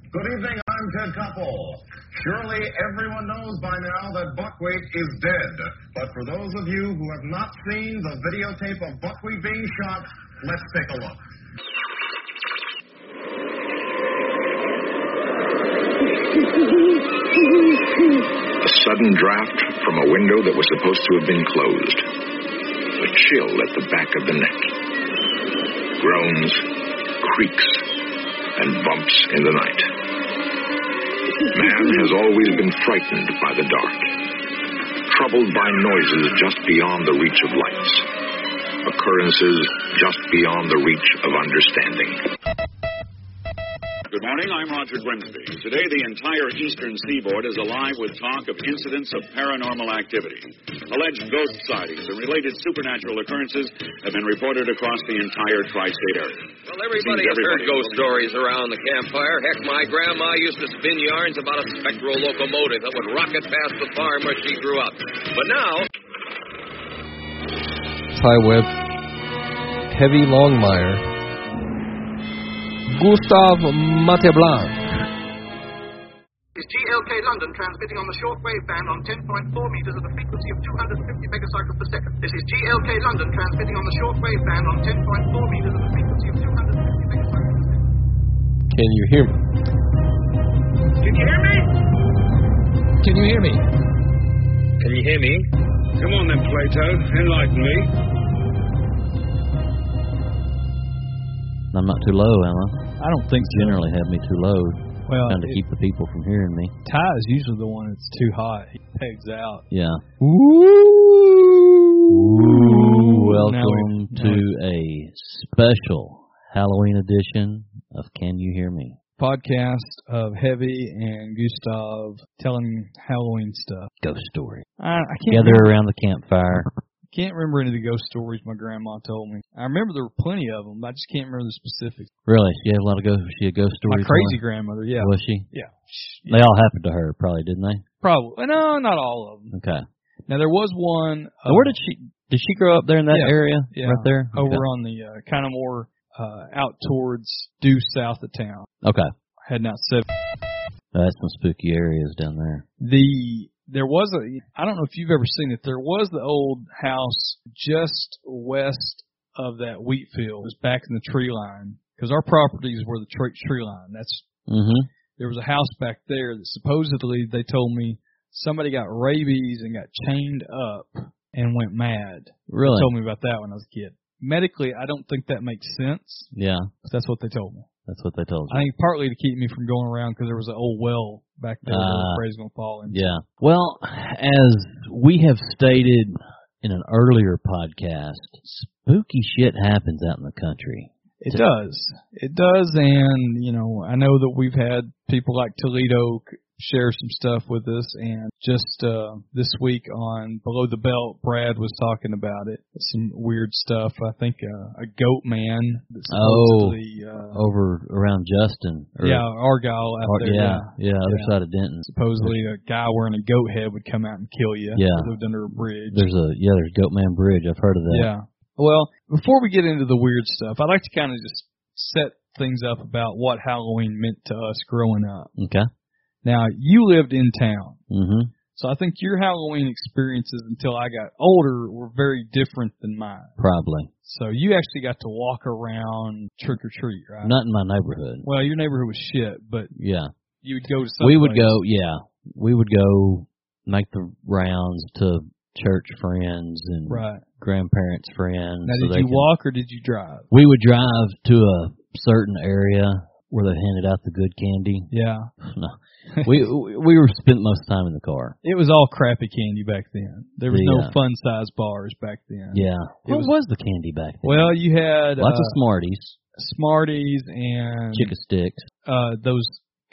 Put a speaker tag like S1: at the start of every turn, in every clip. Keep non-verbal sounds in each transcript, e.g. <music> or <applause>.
S1: Good evening, I'm Ted Koppel. Surely everyone knows by now that buckwheat is dead. But for those of you who have not seen the videotape of buckwheat being shot, let's take a look.
S2: A sudden draft from a window that was supposed to have been closed. A chill at the back of the neck. Groans, creaks, and bumps in the night. Man has always been frightened by the dark, troubled by noises just beyond the reach of lights, occurrences just beyond the reach of understanding.
S3: Good morning, I'm Roger Grimsby. Today, the entire eastern seaboard is alive with talk of incidents of paranormal activity. Alleged ghost sightings and related supernatural occurrences have been reported across the entire tri state area.
S4: Well,
S3: Seems
S4: everybody has heard
S3: everybody-
S4: ghost stories around the campfire. Heck, my grandma used to spin yarns about a spectral locomotive that would rocket past the farm where she grew up. But now,
S5: Ty Webb, Heavy Longmire, Gustav Mateblanc,
S6: is GLK London transmitting on the shortwave band on 10.4 meters at a frequency of 250 megacycles per second. This is GLK London transmitting on the shortwave band on 10.4 meters at a frequency of 250 megacycles per second.
S5: Can you hear me?
S6: Can you hear me?
S5: Can you hear me?
S4: can you hear me?
S7: Come on then, Plato. Enlighten me.
S8: I'm not too low, am I? I don't think so. Generally have me too low,
S9: Well,
S8: trying to
S9: it-
S8: keep the people from hearing me.
S9: Ty is usually the one that's too hot. He pegs out.
S8: Yeah.
S9: Ooh,
S8: Welcome to a special Halloween edition of Can You Hear Me?
S9: podcast of Heavy and Gustav telling Halloween stuff.
S8: Ghost story.
S9: I, I can't
S8: Gather
S9: remember,
S8: around the campfire.
S9: can't remember any of the ghost stories my grandma told me. I remember there were plenty of them, but I just can't remember the specifics.
S8: Really? She had a lot of ghost. She had ghost
S9: My
S8: stories.
S9: crazy grandmother, yeah,
S8: going? Was she?
S9: yeah,
S8: They all happened to her, probably, didn't they?
S9: probably. No, not all of them.
S8: Okay.
S9: Now there was one. Uh,
S8: Now, where did she? Did she grow up there in that
S9: Yeah.
S8: area?
S9: Yeah.
S8: Right there.
S9: over on the uh, kind of more uh, out towards due south of town,
S8: Okay. okay.
S9: heading out seven.
S8: Now, That's some spooky areas down there.
S9: the there was a I don't know if you've ever seen it. There was the old house just west of that wheat field. It was back in the tree line because our properties were the tree tree line. That's
S8: Mm-hmm.
S9: there was a house back there that supposedly they told me somebody got rabies and got chained up and went mad.
S8: Really?
S9: Told me about that when I was a kid. Medically, I don't think that makes sense.
S8: yeah.
S9: But that's what they told me.
S8: That's what they told you.
S9: I think partly to keep me from going around because there was an old well back there that I was
S8: Ah.
S9: afraid I was going to fall into.
S8: Yeah. Well, as we have stated in an earlier podcast, spooky shit happens out in the country.
S9: It
S8: to-
S9: does. It does, and you know, I know that we've had people like Toledo c- share some stuff with us, and just uh, this week on Below the Belt, Brad was talking about it. Some weird stuff. I think uh, a goat man that
S8: Oh.
S9: supposedly, uh,
S8: Over around Juston. Or,
S9: yeah, Argyle out
S8: or-
S9: there.
S8: yeah, yeah, other
S9: Yeah.
S8: side of Denton.
S9: Supposedly, a guy wearing a goat head would come out and kill you.
S8: Yeah.
S9: Lived under a bridge.
S8: There's a yeah, there's Goatman Bridge. I've heard of that.
S9: Yeah. Well, before we get into the weird stuff, I'd like to kind of just set things up about what Halloween meant to us growing up.
S8: Okay.
S9: Now, you lived in town,
S8: Mhm.
S9: so I think your Halloween experiences until I got older were very different than mine.
S8: Probably.
S9: So you actually got to walk around trick or treat, right?
S8: Not in my neighborhood.
S9: Well, your neighborhood was shit, but
S8: Yeah.
S9: you would go to some
S8: we would
S9: place.
S8: go yeah. We would go make the rounds to church friends and
S9: Right.
S8: grandparents' friends.
S9: Now,
S8: so
S9: did
S8: they
S9: you
S8: can-
S9: walk or did you drive?
S8: we would drive to a certain area where they handed out the good <laughs> candy.
S9: Yeah.
S8: No, we we were spent most of the time in the car.
S9: It was all crappy candy back then. There was
S8: The,
S9: no
S8: uh,
S9: fun size bars back then.
S8: Yeah,
S9: It
S8: what
S9: was-
S8: was, the candy back then?
S9: Well, you had
S8: Lots
S9: uh,
S8: of Smarties,
S9: Smarties and
S8: chicken sticks.
S9: uh those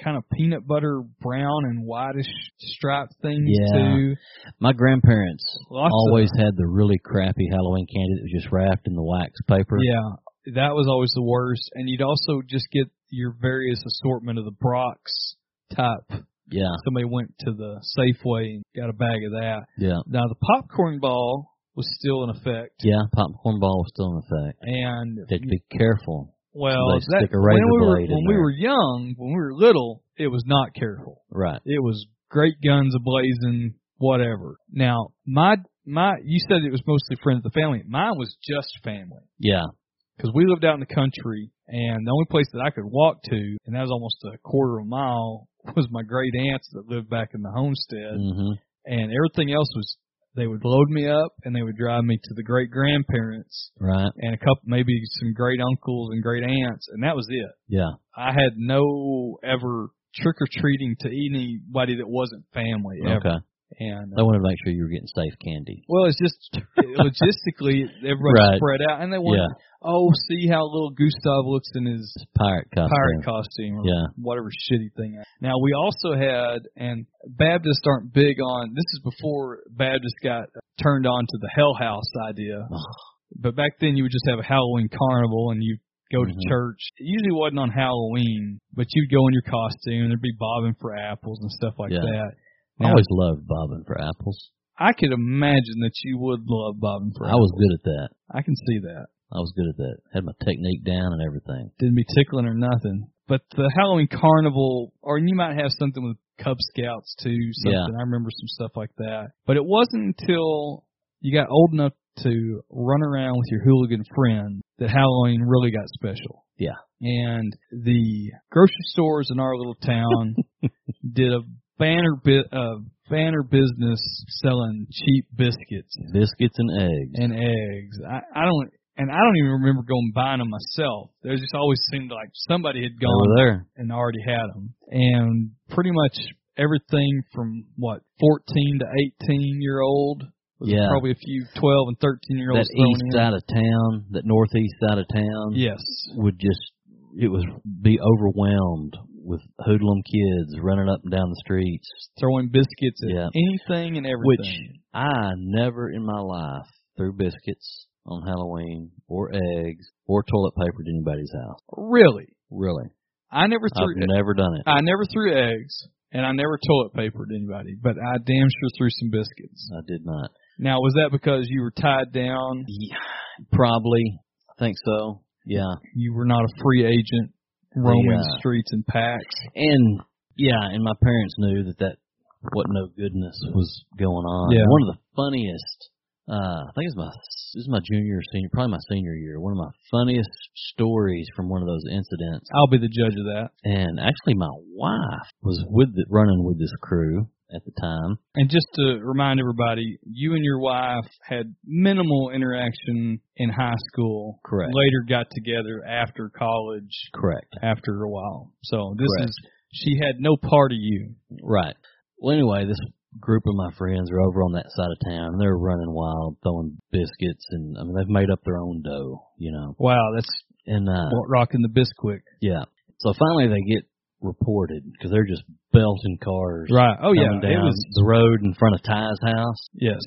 S9: kind of peanut butter brown and whitish striped things
S8: Yeah.
S9: too.
S8: My grandparents
S9: Lots
S8: always
S9: of,
S8: had the really crappy Halloween candy that was just wrapped in the wax paper.
S9: yeah, that was always the worst. And you'd also just get your various assortment of the Brock's type.
S8: yeah,
S9: Somebody went to the Safeway and got a bag of that.
S8: yeah,
S9: Now the popcorn ball was still in effect,
S8: yeah. Popcorn ball was still in effect.
S9: and
S8: They'd be careful.
S9: well,
S8: They'd
S9: that,
S8: stick a razor
S9: when we were
S8: blade in
S9: when we
S8: there.
S9: were young, when we were little, it was not careful.
S8: Right.
S9: It was great guns ablazing, whatever. Now my my you said it was mostly friends of the family. Mine was just family
S8: Yeah.
S9: because we lived out in the country, and the only place that I could walk to, and that was almost a quarter of a mile, <laughs> was my great aunts that lived back in the homestead
S8: hmm
S9: and everything else was they would load me up and they would drive me to the great grandparents
S8: Right.
S9: and a couple maybe some great uncles and great aunts and that was it.
S8: Yeah.
S9: I had no ever trick or treating to anybody that wasn't family ever.
S8: Okay.
S9: And
S8: I
S9: uh,
S8: wanted to make sure you were getting safe candy.
S9: well, it's just <laughs> logistically everybody
S8: Right.
S9: spread out and they wanted oh see how little Gustav looks in his
S8: It's pirate costume.
S9: pirate costume or
S8: Yeah.
S9: whatever shitty thing. Now we also had, and Baptists aren't big on this. Is before Baptists got turned on to the Hell House idea, but back then you would just have a Halloween carnival and you. Go to
S8: Mhm.
S9: church. It usually wasn't on Halloween, but you'd go in your costume. There'd be bobbing for apples and stuff like
S8: Yeah.
S9: that.
S8: I
S9: Now,
S8: always loved bobbing for apples.
S9: I could imagine that you would love bobbing for
S8: I
S9: apples.
S8: was good at that.
S9: I can see that.
S8: I was good at that. Had my technique down and everything.
S9: didn't be tickling or nothing. But the Halloween carnival, or you might have something with Cub Scouts too. Something
S8: Yeah.
S9: I remember some stuff like that. But it wasn't until you got old enough to run around with your hooligan friend that Halloween really got special.
S8: Yeah.
S9: And the grocery stores in our little
S8: <laughs>
S9: town did a banner bit of banner business selling cheap biscuits
S8: Biscuits and eggs.
S9: and eggs. I, I don't, and I don't even remember going buying them myself. There just always seemed like somebody had
S8: They were
S9: gone
S8: there.
S9: and already had them. And pretty much everything from what 14 to 18 year old,
S8: Yeah.
S9: probably a few 12 and 13 year olds.
S8: That
S9: thrown
S8: east
S9: in.
S8: side of town, that northeast side of town,
S9: Yes.
S8: would just it was be overwhelmed with hoodlum kids running up and down the streets.
S9: Throwing biscuits at
S8: Yeah.
S9: anything and everything.
S8: Which I never in my life threw biscuits on Halloween or eggs or toilet paper to anybody's house.
S9: really,
S8: Really,
S9: I never
S8: I've
S9: threw.
S8: never done it.
S9: I never threw eggs. And I never toilet papered anybody, but I damn sure threw some biscuits.
S8: I did not.
S9: Now, was that because you were tied down?
S8: Yeah, probably. I think so. Yeah.
S9: you were not a free agent roaming
S8: Yeah.
S9: streets and packs.
S8: And yeah, and my parents knew that that what no goodness was going on.
S9: Yeah.
S8: One of the funniest, uh, I think it's my this is my junior or senior, probably my senior year. One of my funniest stories from one of those incidents.
S9: I'll be the judge of that.
S8: And actually, my wife was with the, running with this crew at the time.
S9: And just to remind everybody, you and your wife had minimal interaction in high school.
S8: Correct.
S9: Later got together after college,
S8: Correct.
S9: after a while. So this
S8: Correct.
S9: is she had no part of you.
S8: Right. Well, anyway, this group of my friends are over on that side of town. They're running wild, throwing biscuits, and I mean they've made up their own dough, you know.
S9: Wow, that's
S8: And uh,
S9: what rocking the Bisquick.
S8: Yeah. So finally they get reported because they're just belting cars.
S9: Right. Oh yeah,
S8: coming
S9: it
S8: down
S9: was
S8: the road in front of Ty's house,
S9: yes.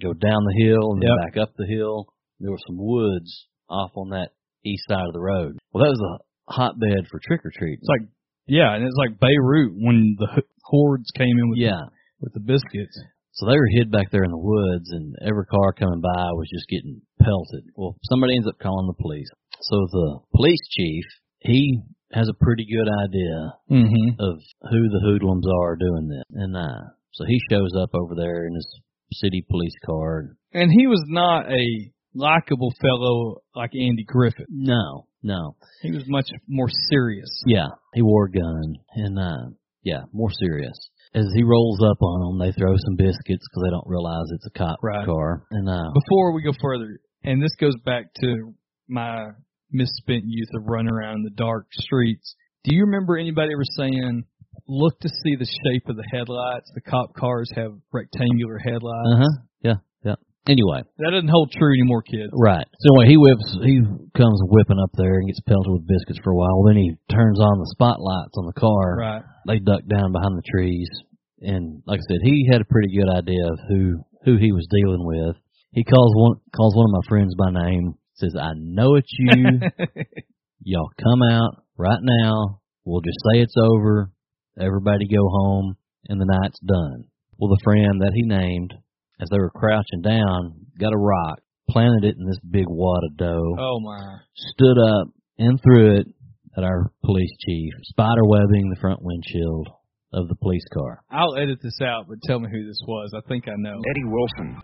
S8: go down the hill and then
S9: Yep.
S8: back up the hill. There were some woods off on that east side of the road. Well, that was a hotbed for trick or treat.
S9: It's like yeah, and it's like Beirut when the h- hordes came in with
S8: yeah.
S9: with the biscuits.
S8: So they were hid back there in the woods, and every car coming by was just getting pelted. Well, somebody ends up calling the police. So the police chief, he has a pretty good idea
S9: Mm-hmm.
S8: of who the hoodlums are doing this. And uh, so he shows up over there in his city police car.
S9: And he was not a likable fellow like Andy Griffith.
S8: No, no.
S9: He was much more serious.
S8: Yeah, he wore a gun. And uh, yeah, more serious. As he rolls up on them, they throw some biscuits because they don't realize it's a cop
S9: Right.
S8: car. And uh,
S9: Before we go further, and this goes back to my misspent youth of running around in the dark streets. Do you remember anybody ever saying, "Look to see the shape of the headlights. The cop cars have rectangular headlights."
S8: uh huh, yeah, yeah. Anyway,
S9: That doesn't hold true anymore, kid.
S8: right. So anyway, he whips, he comes whipping up there and gets pelted with biscuits for a while. Then he turns on the spotlights on the car.
S9: Right.
S8: they ducked down behind the trees and like I said, he had a pretty good idea of who who he was dealing with. He calls one calls one of my friends by name, says, I know it's you. Y'all come out right now. We'll just say it's over. Everybody go home and the night's done. Well the friend that he named, as they were crouching down, got a rock, planted it in this big wad of dough
S9: Oh my.
S8: stood up and threw it at our police chief, spider webbing the front windshield of the police car.
S9: I'll edit this out, but tell me who this was. I think I know.
S10: Eddie Wilson.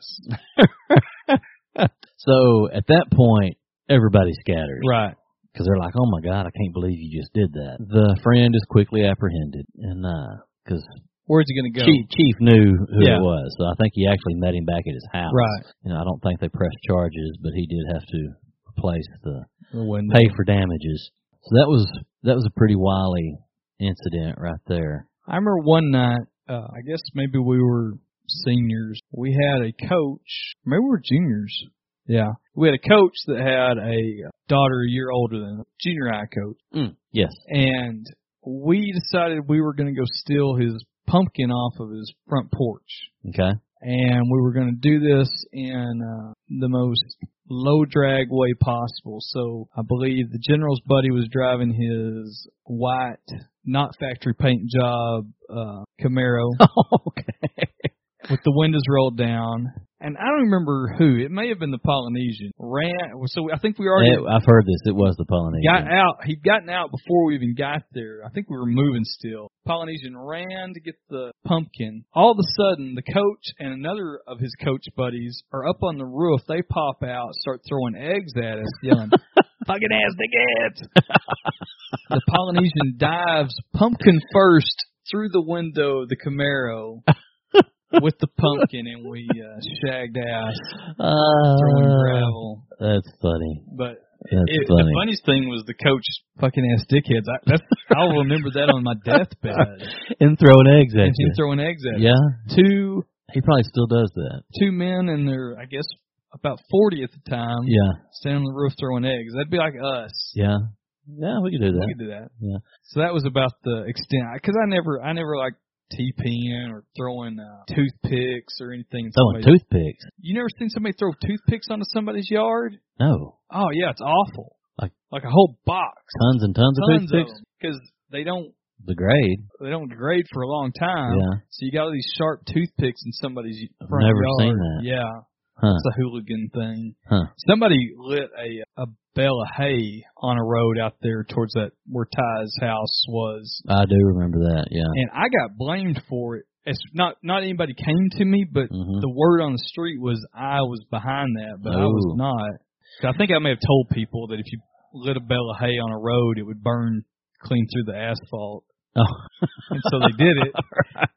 S8: So at that point, everybody scatters.
S9: Right.
S8: because they're like, "Oh my God, I can't believe you just did that." The friend is quickly apprehended, and because
S9: Where's he gonna go?
S8: Chief, Chief knew who
S9: Yeah.
S8: it was, so I think he actually met him back at his house.
S9: Right.
S8: You know, I don't think they pressed charges, but he did have to replace the
S9: The window.
S8: pay for damages. So that was that was a pretty wily incident right there.
S9: I remember one night, uh, I guess maybe we were seniors. We had a coach. Maybe we were juniors. Yeah. We had a coach that had a daughter a year older than us, junior high coach.
S8: Yes.
S9: And we decided we were going to go steal his pumpkin off of his front porch.
S8: Okay.
S9: And we were going to do this in uh, the most low drag way possible. So I believe the general's buddy was driving his white, not factory paint job uh, Camaro
S8: <laughs> okay.
S9: with the windows rolled down. And I don't remember who. It may have been the Polynesian. Ran. So I think we already
S8: It- Eh, I've heard this. It was the
S9: got
S8: Polynesian.
S9: out. He'd gotten out before we even got there. I think we were moving still. Polynesian ran to get the pumpkin. All of a sudden, the coach and another of his coach buddies are up on the roof. They pop out, start throwing eggs at us, yelling, "Fucking ass dickheads!" the Polynesian dives pumpkin first through the window of the Camaro. With the pumpkin, and we uh, shagged ass throwing
S8: Uh,
S9: gravel.
S8: that's funny.
S9: But
S8: That's
S9: it,
S8: funny.
S9: The funniest thing was the coach fucking ass dickheads. I, that's, <laughs> I'll remember that on my
S8: <laughs>
S9: deathbed.
S8: and throwing eggs at
S9: and him
S8: you.
S9: throwing eggs at us.
S8: yeah.
S9: Two
S8: He probably still does that.
S9: two men in their I guess about forty at the time
S8: Yeah,
S9: standing on the roof throwing eggs. That'd be like us.
S8: yeah, yeah. We could do
S9: We
S8: that.
S9: could do that.
S8: Yeah.
S9: So that was about the extent because I never I never like TPing or throwing uh, toothpicks or anything. in
S8: Throwing
S9: somebody's-
S8: Oh, toothpicks.
S9: You never seen somebody throw toothpicks onto somebody's yard?
S8: No,
S9: Oh yeah, it's awful.
S8: Like-
S9: like a whole box,
S8: tons and tons,
S9: tons
S8: of
S9: of
S8: toothpicks.
S9: because they don't
S8: The grade.
S9: they don't degrade for a long time.
S8: Yeah.
S9: So you got all these sharp toothpicks in somebody's
S8: I've
S9: front
S8: never
S9: yard.
S8: seen that.
S9: Yeah,
S8: Huh.
S9: it's a hooligan thing.
S8: Huh.
S9: Somebody lit a a bale of hay on a road out there towards that where Ty's house was,
S8: I do remember that. Yeah.
S9: and I got blamed for it. It's not not anybody came to me, but
S8: hmm
S9: the word on the street was I was behind that, but I was
S8: Oh.
S9: not. 'Cause I think I may have told people that if you lit a bale of hay on a road, it would burn clean through the asphalt.
S8: Oh,
S9: And so they did
S8: <laughs>
S9: it.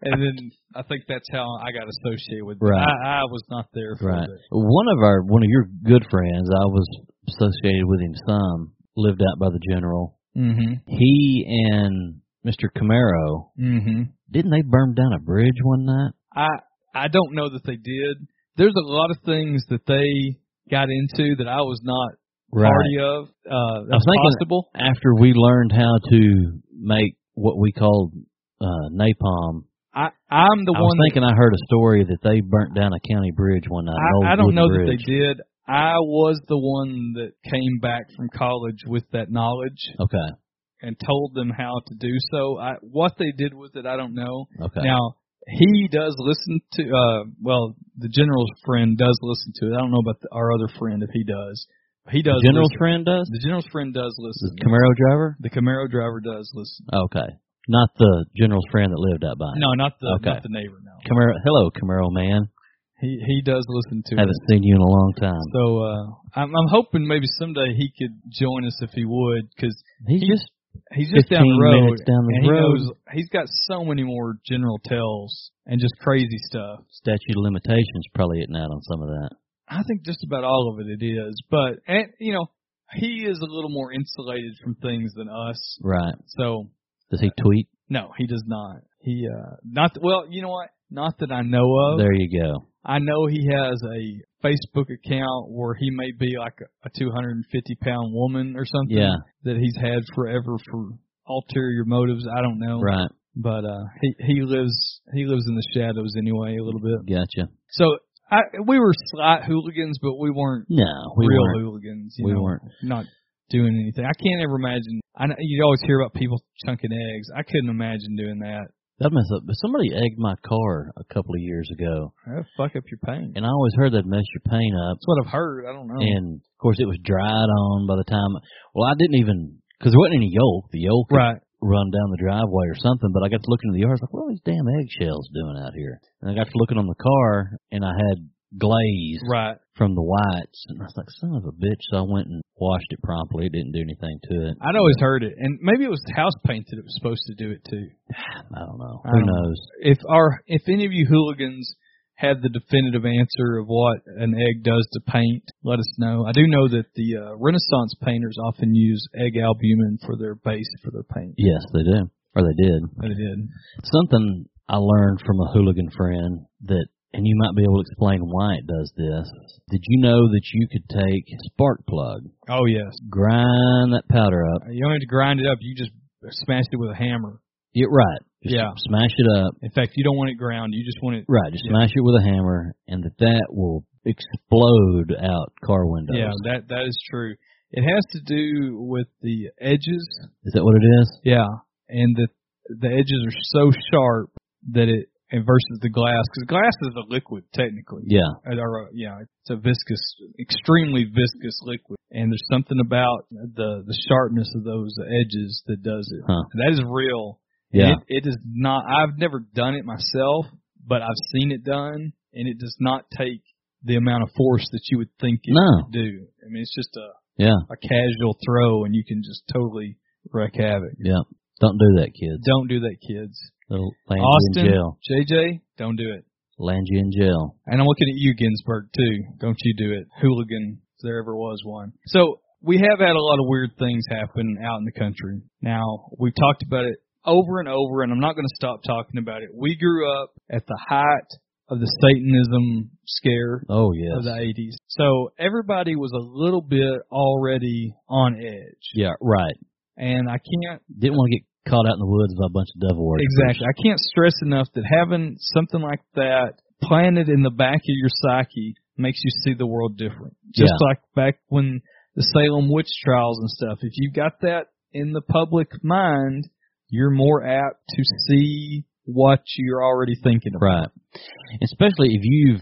S9: And then I think that's how I got associated with it.
S8: Right.
S9: I, I was not there for
S8: right.
S9: it.
S8: One of our one of your good friends. I was associated with him some. Lived out by the general.
S9: Mm-hmm.
S8: He and Mr. Camaro.
S9: Mm-hmm.
S8: Didn't they burn down a bridge one night?
S9: I I don't know that they did. There's a lot of things that they got into that I was not party of. Uh, that's
S8: thinking-
S9: possible.
S8: After we learned how to make what we called uh, napalm
S9: I I'm the
S8: I
S9: one
S8: was thinking I heard a story that they burnt down a county bridge one night. an old
S9: I, I don't
S8: wooden
S9: know that
S8: bridge.
S9: they did. I was the one that came back from college with that knowledge
S8: Okay,
S9: and told them how to do so. I, what they did with it, I don't know.
S8: okay.
S9: Now he does listen to. Uh, well, the general's friend does listen to it. I don't know about the, our other friend if he does. He does.
S8: the general's
S9: listen.
S8: friend does.
S9: The general's friend does listen.
S8: The Camaro driver.
S9: The Camaro driver does listen.
S8: Okay, not the general's friend that lived out by. it.
S9: No, not the
S8: Okay.
S9: not the neighbor. No,
S8: Camaro. Hello, Camaro man.
S9: he he does listen to it.
S8: Haven't seen you in a long time.
S9: So uh, I'm, I'm hoping maybe someday he could join us if he would, because
S8: He's
S9: he-
S8: just
S9: He's just down the
S8: 15
S9: road.
S8: minutes down the
S9: and he
S8: road.
S9: knows- he's got so many more general tells and just crazy stuff.
S8: statute of limitations probably hitting out on some of that.
S9: I think just about all of it it is. But and you know, he is a little more insulated from things than us.
S8: Right?
S9: So
S8: Does he tweet?
S9: no, he does not. He uh not well, you know what? Not that I know of.
S8: There you go.
S9: I know he has a Facebook account where he may be like a, a 250 pound woman or something
S8: Yeah.
S9: that he's had forever for ulterior motives. I don't know.
S8: Right.
S9: but uh he he lives he lives in the shadows anyway a little bit
S8: Gotcha.
S9: so i we were slight hooligans but we weren't
S8: No, we
S9: real
S8: weren't.
S9: hooligans you
S8: We
S9: know,
S8: weren't.
S9: not doing anything i can't ever imagine i know, you always hear about people chunking eggs i couldn't imagine doing that
S8: That mess up. But somebody egged my car a couple of years ago,
S9: That'd fuck up your pain
S8: and I always heard that mess your pain up.
S9: Oh. that's what i've heard i don't know
S8: and of course it was dried on by the time well i didn't even because there wasn't any yolk. The yolk had
S9: Right.
S8: run down the driveway or something. But I got to looking in the yard. I was like, what are these damn eggshells doing out here? And I got to looking on the car, and I had glaze
S9: Right.
S8: from the whites, and I was like, son of a bitch. So I went and washed it promptly. It didn't do anything to it.
S9: I'd always heard it, and maybe it was house paint that it was supposed to do it too.
S8: I don't know.
S9: I
S8: Who
S9: don't know.
S8: knows?
S9: If our, if any of you hooligans had the definitive answer of what an egg does to paint, let us know. I do know that the uh, Renaissance painters often use egg albumin for their base for their paint.
S8: Yes, they do. Or they did.
S9: They did.
S8: Something I learned from a hooligan friend that, and you might be able to explain why it does this. Did you know that you could take spark plug,
S9: Oh yes.
S8: grind that powder up?
S9: You don't need to grind it up. You just smash it with a hammer.
S8: It right. Just
S9: Yeah.
S8: Smash it up.
S9: In fact, you don't want it ground. You just want it.
S8: Right. Just
S9: Yeah.
S8: smash it with a hammer, and that that will explode out car windows.
S9: Yeah, that that is true. It has to do with the edges.
S8: Is that what it is?
S9: Yeah, and the the edges are so sharp that it and versus the glass because glass is a liquid technically.
S8: Yeah.
S9: Uh, Or, uh, yeah, it's a viscous, extremely viscous liquid, and there's something about the the sharpness of those edges that does it.
S8: Huh.
S9: That is real.
S8: Yeah.
S9: It, it is not. I've never done it myself, but I've seen it done, and it does not take the amount of force that you would think it
S8: No.
S9: would do. I mean, it's just a
S8: yeah.
S9: a casual throw, and you can just totally wreak havoc.
S8: Yeah. Don't do that, kids.
S9: Don't do that, kids.
S8: It'll land you in
S9: Austin,
S8: jail.
S9: JJ, don't do it.
S8: Land you in jail.
S9: And I'm looking at you, Ginsburg, too. Don't you do it. Hooligan, if there ever was one. So we have had a lot of weird things happen out in the country. Now, we've talked about it over and over, and I'm not going to stop talking about it. We grew up at the height of the Satanism scare
S8: Oh
S9: of
S8: yes.
S9: the 80s. So everybody was a little bit already on edge.
S8: Yeah. Right.
S9: And I can't
S8: Didn't want to get caught out in the woods by a bunch of devil worshippers.
S9: Exactly. I can't stress enough that having something like that planted in the back of your psyche makes you see the world different. Just
S8: Yeah.
S9: like back when the Salem witch trials and stuff. If you've got that in the public mind, you're more apt to see what you're already thinking about.
S8: Right. Especially if you've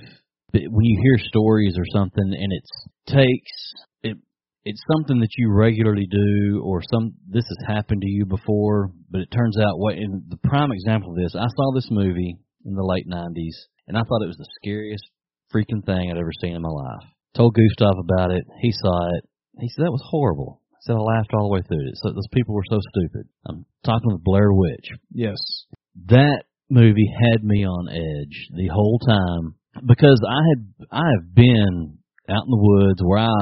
S8: when you hear stories or something and it's takes it it's something that you regularly do or some this has happened to you before, but it turns out what in the prime example of this, I saw this movie in the late nineties and I thought it was the scariest freaking thing I'd ever seen in my life. Told Gustav about it, he saw it. He said that was horrible. He said I laughed all the way through it. So those people were so stupid. I'm talking with Blair Witch
S9: Yes.
S8: that movie had me on edge the whole time because I had I have been out in the woods where I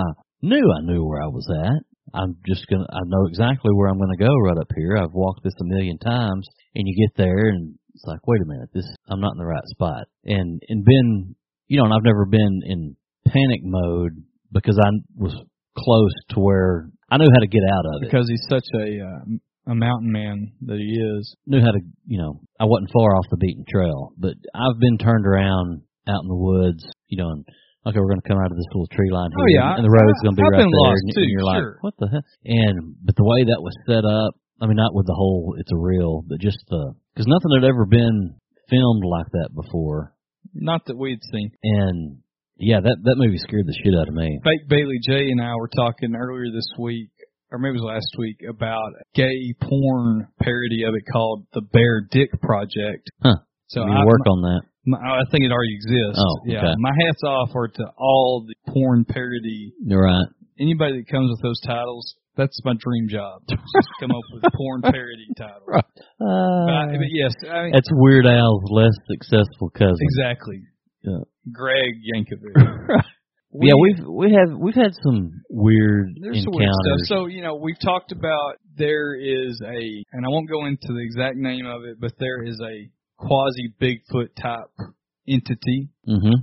S8: knew I knew where I was at. I'm just gonna I know exactly where I'm gonna go right up here. I've walked this a million times and you get there and it's like, wait a minute, this I'm not in the right spot. And and been you know, and I've never been in panic mode because I was close to where I knew how to get out of it.
S9: Because he's such a uh, a mountain man that he is.
S8: knew how to, you know, I wasn't far off the beaten trail, but I've been turned around out in the woods, you know, and okay, we're going to come out of this little tree line here,
S9: Oh, yeah,
S8: and the road's going to be
S9: I've
S8: right
S9: been
S8: there,
S9: lost
S8: and,
S9: too,
S8: and you're
S9: sure.
S8: like, what the heck? And but the way that was set up, I mean, not with the whole it's a reel, but just the because nothing had ever been filmed like that before,
S9: Not that we'd seen.
S8: and yeah, that that movie scared the shit out of me.
S9: Fake Bailey J and I were talking earlier this week, or maybe it was last week, about a gay porn parody of it called The Bear Dick Project.
S8: Huh.
S9: So
S8: I need
S9: I,
S8: to work on that.
S9: my, I think it already exists.
S8: Oh,
S9: yeah.
S8: okay.
S9: My hats off are to all the porn parody.
S8: You're right.
S9: Anybody that comes with those titles, that's my dream job. is Just come up with
S8: <laughs>
S9: porn parody titles.
S8: Right.
S9: But,
S8: Uh,
S9: I, but yes, I mean,
S8: that's Weird Al's less successful cousin.
S9: exactly.
S8: Yeah.
S9: Greg
S8: <laughs>
S9: Yankovic.
S8: yeah, we've we have we've had some weird
S9: There's some weird
S8: encounters.
S9: stuff. So you know, we've talked about there is a, and I won't go into the exact name of it, but there is a quasi Bigfoot type entity
S8: hmm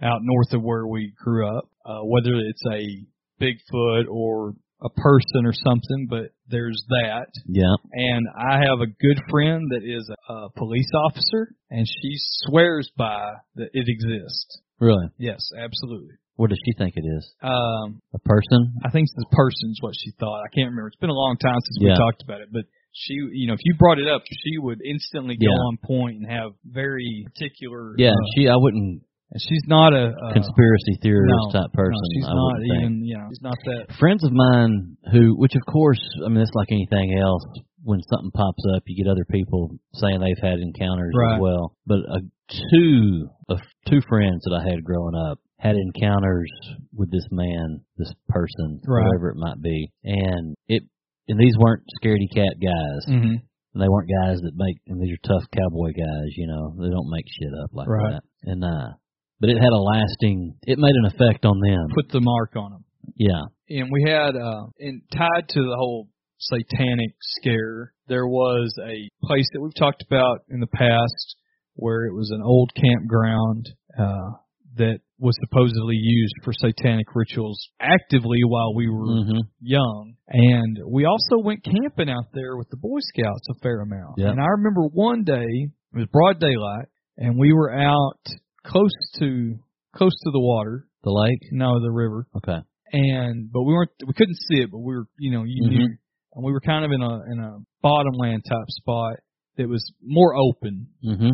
S9: out north of where we grew up. Uh, whether it's a Bigfoot or a person or something, but there's that.
S8: Yeah.
S9: And I have a good friend that is a, a police officer, and she swears by that it exists.
S8: Really.
S9: Yes, absolutely.
S8: What does she think it is?
S9: Um,
S8: A person?
S9: I think the person's what she thought. I can't remember. It's been a long time since
S8: Yeah.
S9: we talked about it, but she, you know, if you brought it up, she would instantly go
S8: Yeah.
S9: on point and have very particular.
S8: Yeah.
S9: uh,
S8: She. I wouldn't
S9: And she's not a, a
S8: conspiracy theorist
S9: no,
S8: type person.
S9: No, she's
S8: I
S9: not
S8: wouldn't think.
S9: even. Yeah, she's not that.
S8: friends of mine who, which of course, I mean, it's like anything else. When something pops up, you get other people saying they've had encounters
S9: Right.
S8: as well. But uh, two of two friends that I had growing up had encounters with this man, this person,
S9: Right.
S8: whatever it might be, and it. And these weren't scaredy cat guys.
S9: Mm-hmm.
S8: And they weren't guys that make and these are tough cowboy guys, you know. They don't make shit up like
S9: Right.
S8: that. And uh but it had a lasting it made an effect on them.
S9: Put the mark on them.
S8: Yeah.
S9: and we had uh and tied to the whole satanic scare there was a place that we've talked about in the past where it was an old campground uh that was supposedly used for satanic rituals actively while we were
S8: Mhm.
S9: young and we also went camping out there with the boy scouts a fair amount
S8: Yeah.
S9: and i remember one day it was broad daylight and we were out close to close to the water
S8: The lake?
S9: no the river
S8: Okay.
S9: and but we weren't we couldn't see it, but we were you know you
S8: Mhm.
S9: knew, and we were kind of in a in a bottomland type spot that was more open,
S8: Mhm.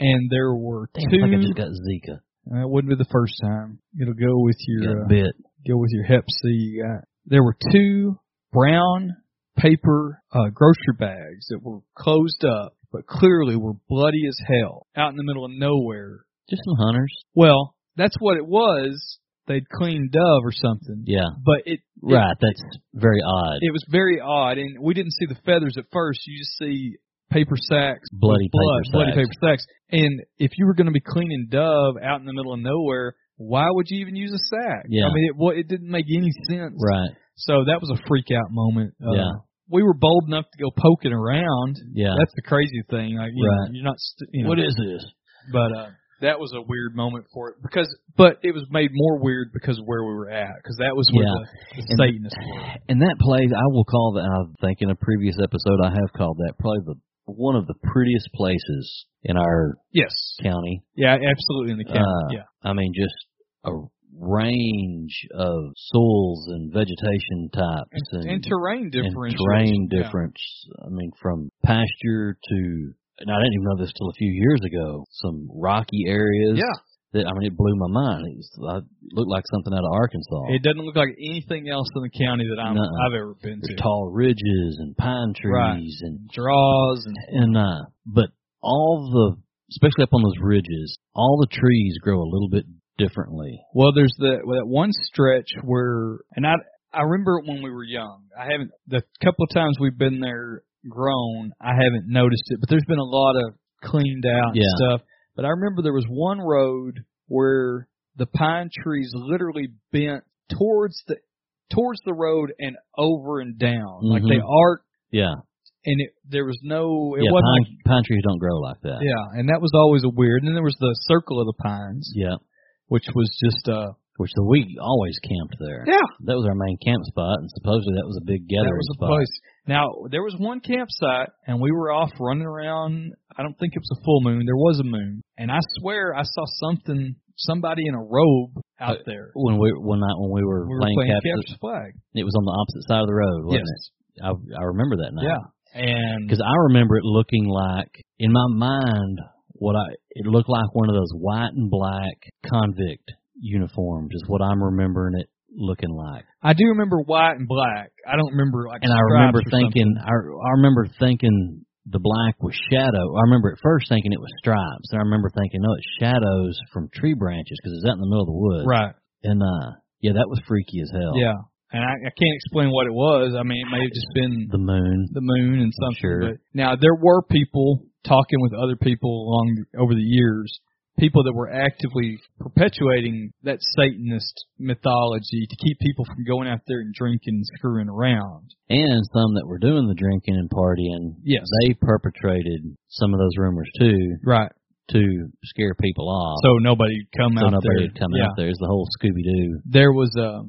S9: and there were
S8: Damn,
S9: two.
S8: I think I just got Zika.
S9: that wouldn't be the first time. It'll go with your
S8: Got
S9: uh,
S8: bit.
S9: go with your Hep C. You got. There were two brown paper uh, grocery bags that were closed up, but clearly were bloody as hell out in the middle of nowhere.
S8: Just some hunters.
S9: Well, that's what it was. They'd cleaned Dove or something,
S8: Yeah.
S9: but it
S8: Right. That's very odd.
S9: it was very odd, and we didn't see the feathers at first. You just see paper sacks, with
S8: Bloody paper
S9: blood, bloody
S8: sacks.
S9: paper sacks. And if you were going to be cleaning dove out in the middle of nowhere, why would you even use a sack?
S8: Yeah.
S9: I mean, it wa- it didn't make any sense.
S8: right.
S9: So that was a freak out moment. Uh,
S8: Yeah.
S9: we were bold enough to go poking around.
S8: Yeah.
S9: That's the crazy thing. Like, you
S8: Right.
S9: know, you're not. St- you know,
S8: What is this?
S9: But uh, that was a weird moment for it because, but it was made more weird because of where we were at because that was where
S8: Yeah.
S9: the, the
S8: And-
S9: Satanists were.
S8: And that plays, I will call that, I think in a previous episode I have called that probably the one of the prettiest places in our
S9: Yes.
S8: county.
S9: Yeah, absolutely in the cabin.
S8: Uh,
S9: yeah,
S8: I mean, just a range of soils and vegetation types and,
S9: and, terrain
S8: and
S9: difference.
S8: terrain difference. I mean, from pasture to, and I didn't even know this till a few years ago, some rocky areas.
S9: Yeah.
S8: That, I mean, it blew my mind. It, was, it looked like something out of Arkansas.
S9: It doesn't look like anything else in the county that I'm,
S8: Nuh-uh.
S9: I've ever been to.
S8: There's tall ridges and pine trees
S9: Right.
S8: and
S9: Draws and
S8: and uh but all the especially up on those ridges, all the trees grow a little bit differently.
S9: well, there's the well, that one stretch where, and I I remember it when we were young. I haven't the couple of times we've been there grown. I haven't noticed it, but there's been a lot of cleaned out
S8: Yeah.
S9: and stuff. But I remember there was one road where the pine trees literally bent towards the towards the road and over and down, like
S8: Mm-hmm.
S9: they arc
S8: Yeah.
S9: and it, there was no it
S8: yeah,
S9: wasn't
S8: pine, pine trees don't grow like that.
S9: like yeah and that was always a weird and then there was the circle of the pines
S8: Yeah.
S9: which was just uh
S8: Which the we always camped there.
S9: yeah
S8: That was our main camp spot and supposedly that was a big gathering
S9: that was a
S8: spot.
S9: place now there was one campsite and we were off running around i don't think it was a full moon there was a moon and i swear i saw something somebody in a robe out there
S8: When we one night when we were
S9: we were
S8: Uh, playing,
S9: playing
S8: capture,
S9: capture flag
S8: it was on the opposite side of the road, wasn't
S9: yes
S8: it? I I remember that night.
S9: yeah and
S8: Because I remember it looking like in my mind what I it looked like one of those white and black convict uniforms is what I'm remembering it looking like.
S9: i do remember white and black i don't remember like
S8: And I
S9: stripes
S8: remember
S9: or
S8: thinking
S9: something.
S8: I I remember thinking the black was shadow. I remember at first thinking it was stripes, and I remember thinking, no, it's shadows from tree branches because it's out in the middle of the woods.
S9: right
S8: And uh, yeah, that was freaky as hell.
S9: Yeah, and I, I can't explain what it was. I mean, it may have just been
S8: the moon.
S9: the moon and something.
S8: Sure.
S9: But now there were people talking with other people along over the years, people that were actively perpetuating that Satanist mythology to keep people from going out there and drinking and screwing around.
S8: and some that were doing the drinking and partying,
S9: Yes.
S8: they perpetrated some of those rumors too
S9: Right.
S8: to scare people off.
S9: So nobody come
S8: so
S9: out
S8: nobody
S9: there.
S8: would come
S9: yeah.
S8: out there. It's the whole Scooby Doo
S9: There was a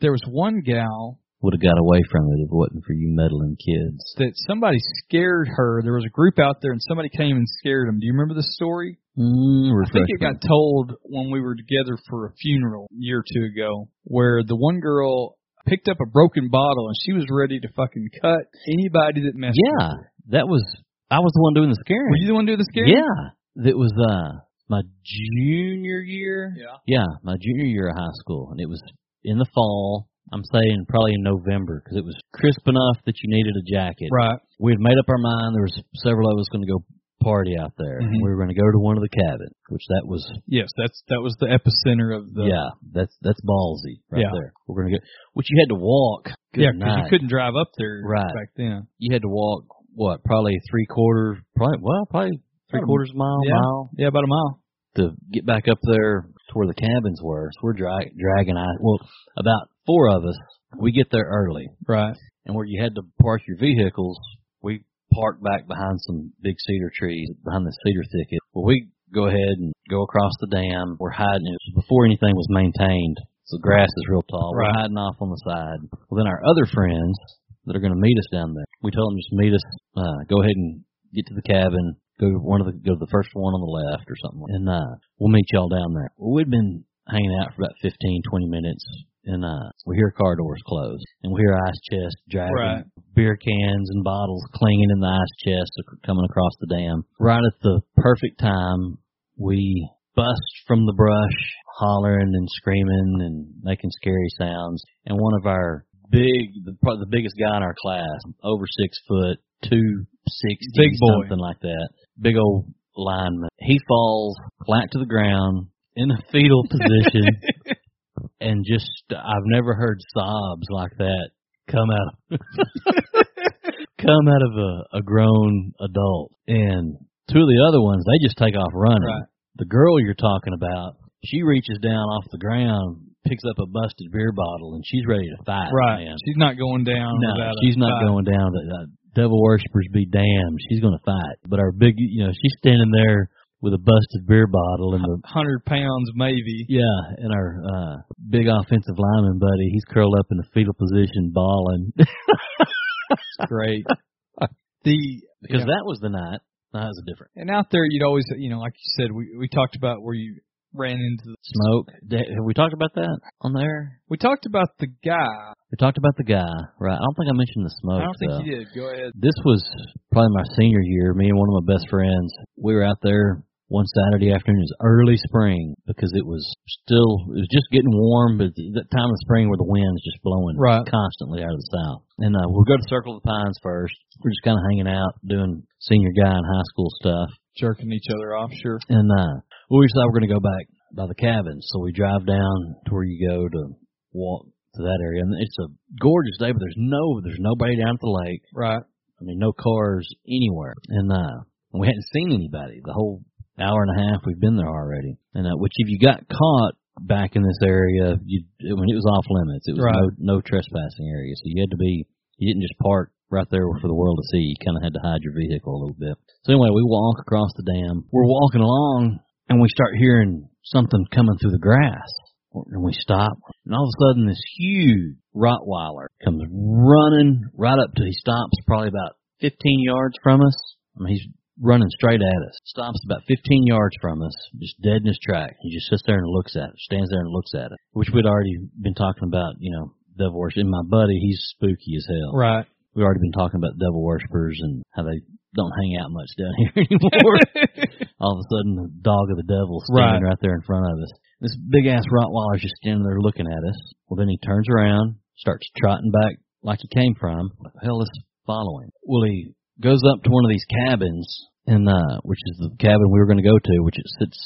S9: there was one gal
S8: would have got away from it if it wasn't for you meddling kids.
S9: that somebody scared her. There was a group out there, and somebody came and scared them. Do you remember the story?
S8: Mm,
S9: I think it
S8: refreshment.
S9: got told when we were together for a funeral a year or two ago, where the one girl picked up a broken bottle and she was ready to fucking cut anybody that messed with
S8: yeah,
S9: her.
S8: that was I was the one doing the scaring.
S9: Were you the one doing the scare?
S8: Yeah, that was uh my junior year.
S9: Yeah.
S8: Yeah, my junior year of high school, and it was in the fall. I'm saying probably in November because it was crisp enough that you needed a jacket.
S9: Right.
S8: We had made up our mind. There was several of us going to go party out there.
S9: Mhm.
S8: We were going to go to one of the cabins, which that was
S9: Yes, that's that was the epicenter of the
S8: yeah, that's that's ballsy right
S9: Yeah.
S8: there. We're going to go, which you had to walk. Good
S9: yeah,
S8: night.
S9: you couldn't drive up there
S8: Right.
S9: back then.
S8: you had to walk what probably three quarters probably well probably three
S9: About a-
S8: quarters mile
S9: yeah.
S8: mile
S9: Yeah, about a mile.
S8: to get back up there to where the cabins were so we're dra- dragging i well about four of us we get there early
S9: Right.
S8: and where you had to park your vehicles we parked back behind some big cedar trees behind the cedar thicket well we go ahead and go across the dam we're hiding it was before anything was maintained so the grass is real tall
S9: Right.
S8: we're hiding off on the side well then our other friends that are going to meet us down there. We told them just meet us, uh, go ahead and get to the cabin, go to one of the go to the first one on the left or something, and uh, we'll meet y'all down there. Well, we'd been hanging out for about fifteen, twenty minutes, and uh, we hear car doors close, and we hear ice chest dragging
S9: Right.
S8: beer cans and bottles clanging in the ice chest ac- coming across the dam. Right at the perfect time, we bust from the brush, hollering and screaming and making scary sounds. And one of our big, the, probably the biggest guy in our class, over six foot, two sixty,
S9: Big boy.
S8: something like that, big old lineman. He falls flat to the ground in a
S9: <laughs>
S8: fetal position, and just I've never heard sobs like that come out <laughs> come out of a, a grown adult. And two of the other ones, they just take off running.
S9: Right.
S8: The girl you're talking about, she reaches down off the ground, picks up a busted beer bottle, and she's ready to fight.
S9: Right.
S8: Oh, Man.
S9: She's not going down.
S8: No,
S9: without
S8: she's
S9: a
S8: not
S9: fight.
S8: going down. The, the devil worshippers be damned. She's going to fight. But our big, you know, she's standing there with a busted beer bottle and the
S9: Hundred pounds maybe.
S8: yeah, and our uh big offensive lineman buddy, he's curled up in a fetal position, <laughs> bawling
S9: It's
S8: <laughs>
S9: great. the
S8: because
S9: Yeah.
S8: that was the night. That was a different
S9: and out there you'd always you know like you said we we talked about where you ran into the
S8: smoke. Da- Have we talked about that on the air?
S9: we talked about the guy.
S8: We talked about the guy, right? I don't think I mentioned the smoke.
S9: I don't
S8: though.
S9: think you did. Go ahead.
S8: This was probably my senior year. Me and one of my best friends, we were out there one Saturday afternoon. It was early spring because it was still, it was just getting warm, but it's that time of spring where the wind's just blowing
S9: Right.
S8: constantly out of the south. And uh, we'll go to Circle of the Pines first. We're just kind of hanging out, doing senior guy and high school stuff.
S9: Jerking each other off, sure.
S8: And uh, we decided we're going to go back by the cabin. So we drive down to where you go to walk to that area. And it's a gorgeous day, but there's no there's nobody down at the lake.
S9: Right.
S8: I mean, no cars anywhere. And uh, we hadn't seen anybody the whole hour and a half we've been there already. And uh, which if you got caught back in this area, you I mean, it was off limits. It was
S9: Right.
S8: no no trespassing area. So you had to be you didn't just park right there for the world to see. You kind of had to hide your vehicle a little bit. So anyway, we walk across the dam. We're walking along, and we start hearing something coming through the grass. And we stop, and all of a sudden, this huge Rottweiler comes running right up to. He stops probably about 15 yards from us. I mean, he's running straight at us. Stops about 15 yards from us, just dead in his track. He just sits there and looks at us. Stands there and looks at us, which we'd already been talking about. You know, devil worship. And my buddy, he's spooky as hell
S9: Right.
S8: we've already been talking about devil worshippers and how they don't hang out much down <laughs> here anymore. All of a sudden, the dog of the devil standing right, there in front of us. This big ass Rottweiler's just standing there looking at us. Well, then he turns around, starts trotting back like he came from. What the hell is following? Well, he goes up to one of these cabins, and uh, which is the cabin we were going to go to, which it sits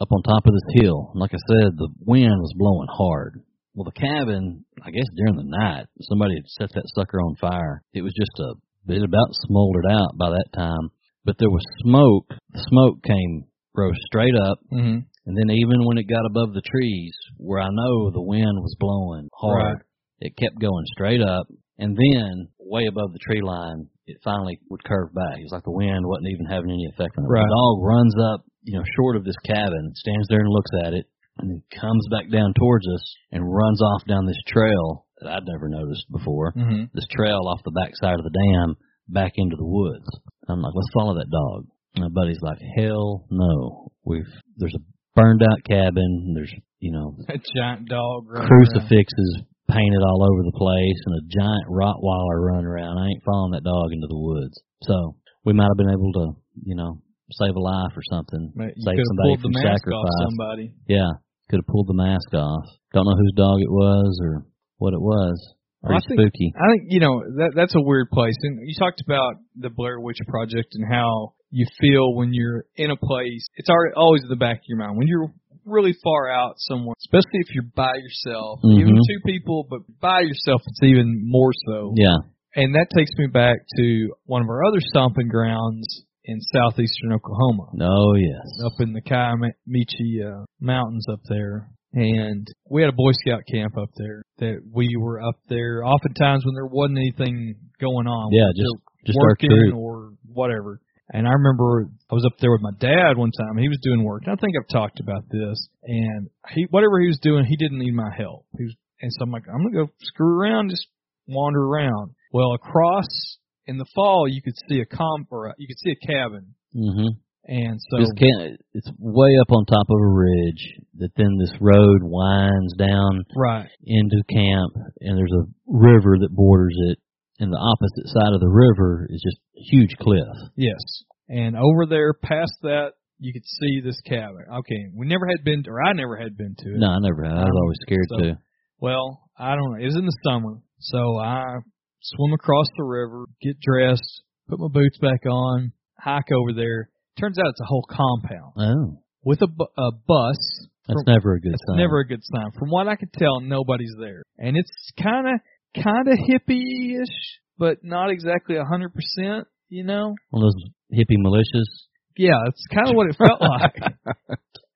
S8: up on top of this hill. And like I said, the wind was blowing hard. Well, the cabin, I guess during the night, somebody had set that sucker on fire. It was just a, it about smoldered out by that time, but there was smoke. The smoke came, rose straight up,
S9: Mm-hmm.
S8: and then even when it got above the trees, where I know the wind was blowing hard,
S9: Right.
S8: it kept going straight up, and then way above the tree line, it finally would curve back. It was like the wind wasn't even having any effect on it.
S9: Right.
S8: The dog runs up, you know, short of this cabin, stands there and looks at it, and then comes back down towards us and runs off down this trail that I'd never noticed before
S9: Mm-hmm.
S8: this trail off the backside of the dam back into the woods. I'm like, let's follow that dog. My buddy's like, hell no. We've there's a burned out cabin. There's you know
S9: A giant dog. running around.
S8: crucifixes painted all over the place and a giant Rottweiler running around. I ain't following that dog into the woods. So we might have been able to you know save a life or something.
S9: Ma- You
S8: save
S9: could have
S8: somebody
S9: pulled
S8: from
S9: the mask
S8: sacrifice.
S9: off somebody.
S8: Yeah, could have pulled the mask off. Don't know whose dog it was or what it was.
S9: Well, I
S8: Pretty
S9: think-
S8: spooky.
S9: I think you know that that's a weird place. And you talked about the Blair Witch Project and how you feel when you're in a place. It's alre- always in the back of your mind when you're really far out somewhere, especially if you're by yourself. Even
S8: Mhm.
S9: two people, but by yourself, it's even more so.
S8: Yeah.
S9: And that takes me back to one of our other stomping grounds in southeastern Oklahoma
S8: Oh yes.
S9: up in the Kiamichi uh, Mountains up there. And we had a Boy Scout camp up there that we were up there oftentimes when there wasn't anything going on.
S8: Yeah,
S9: We were
S8: just- Just our
S9: working
S8: crew.
S9: or whatever. And I remember I was up there with my dad one time. He was doing work. And I think I've talked about this. And he whatever he was doing, he didn't need my help. He was, and so I'm like, I'm gonna go screw around, just wander around. Well, across in the fall, you could see a comp or a, you could see a cabin.
S8: hmm
S9: And so
S8: Just can't. It's way up on top of a ridge that then this road winds down
S9: right,
S8: into camp, and there's a river that borders it, and the opposite side of the river is just a huge cliff.
S9: Yes. And over there, past that, you could see this cabin. Okay, we never had been, or I never had been to it.
S8: No, I never had. I was always scared
S9: So-
S8: to.
S9: Well, I don't know. It was in the summer, so I swim across the river, get dressed, put my boots back on, hike over there. Turns out it's a whole compound
S8: Oh,
S9: with a, bu- a bus.
S8: that's
S9: from-
S8: never a good
S9: that's
S8: sign.
S9: never a good sign. From what I could tell, nobody's there, and it's kind of kind of hippie-ish, but not exactly a hundred percent. You know,
S8: one of those hippie militias.
S9: Yeah, it's kind of what it felt like.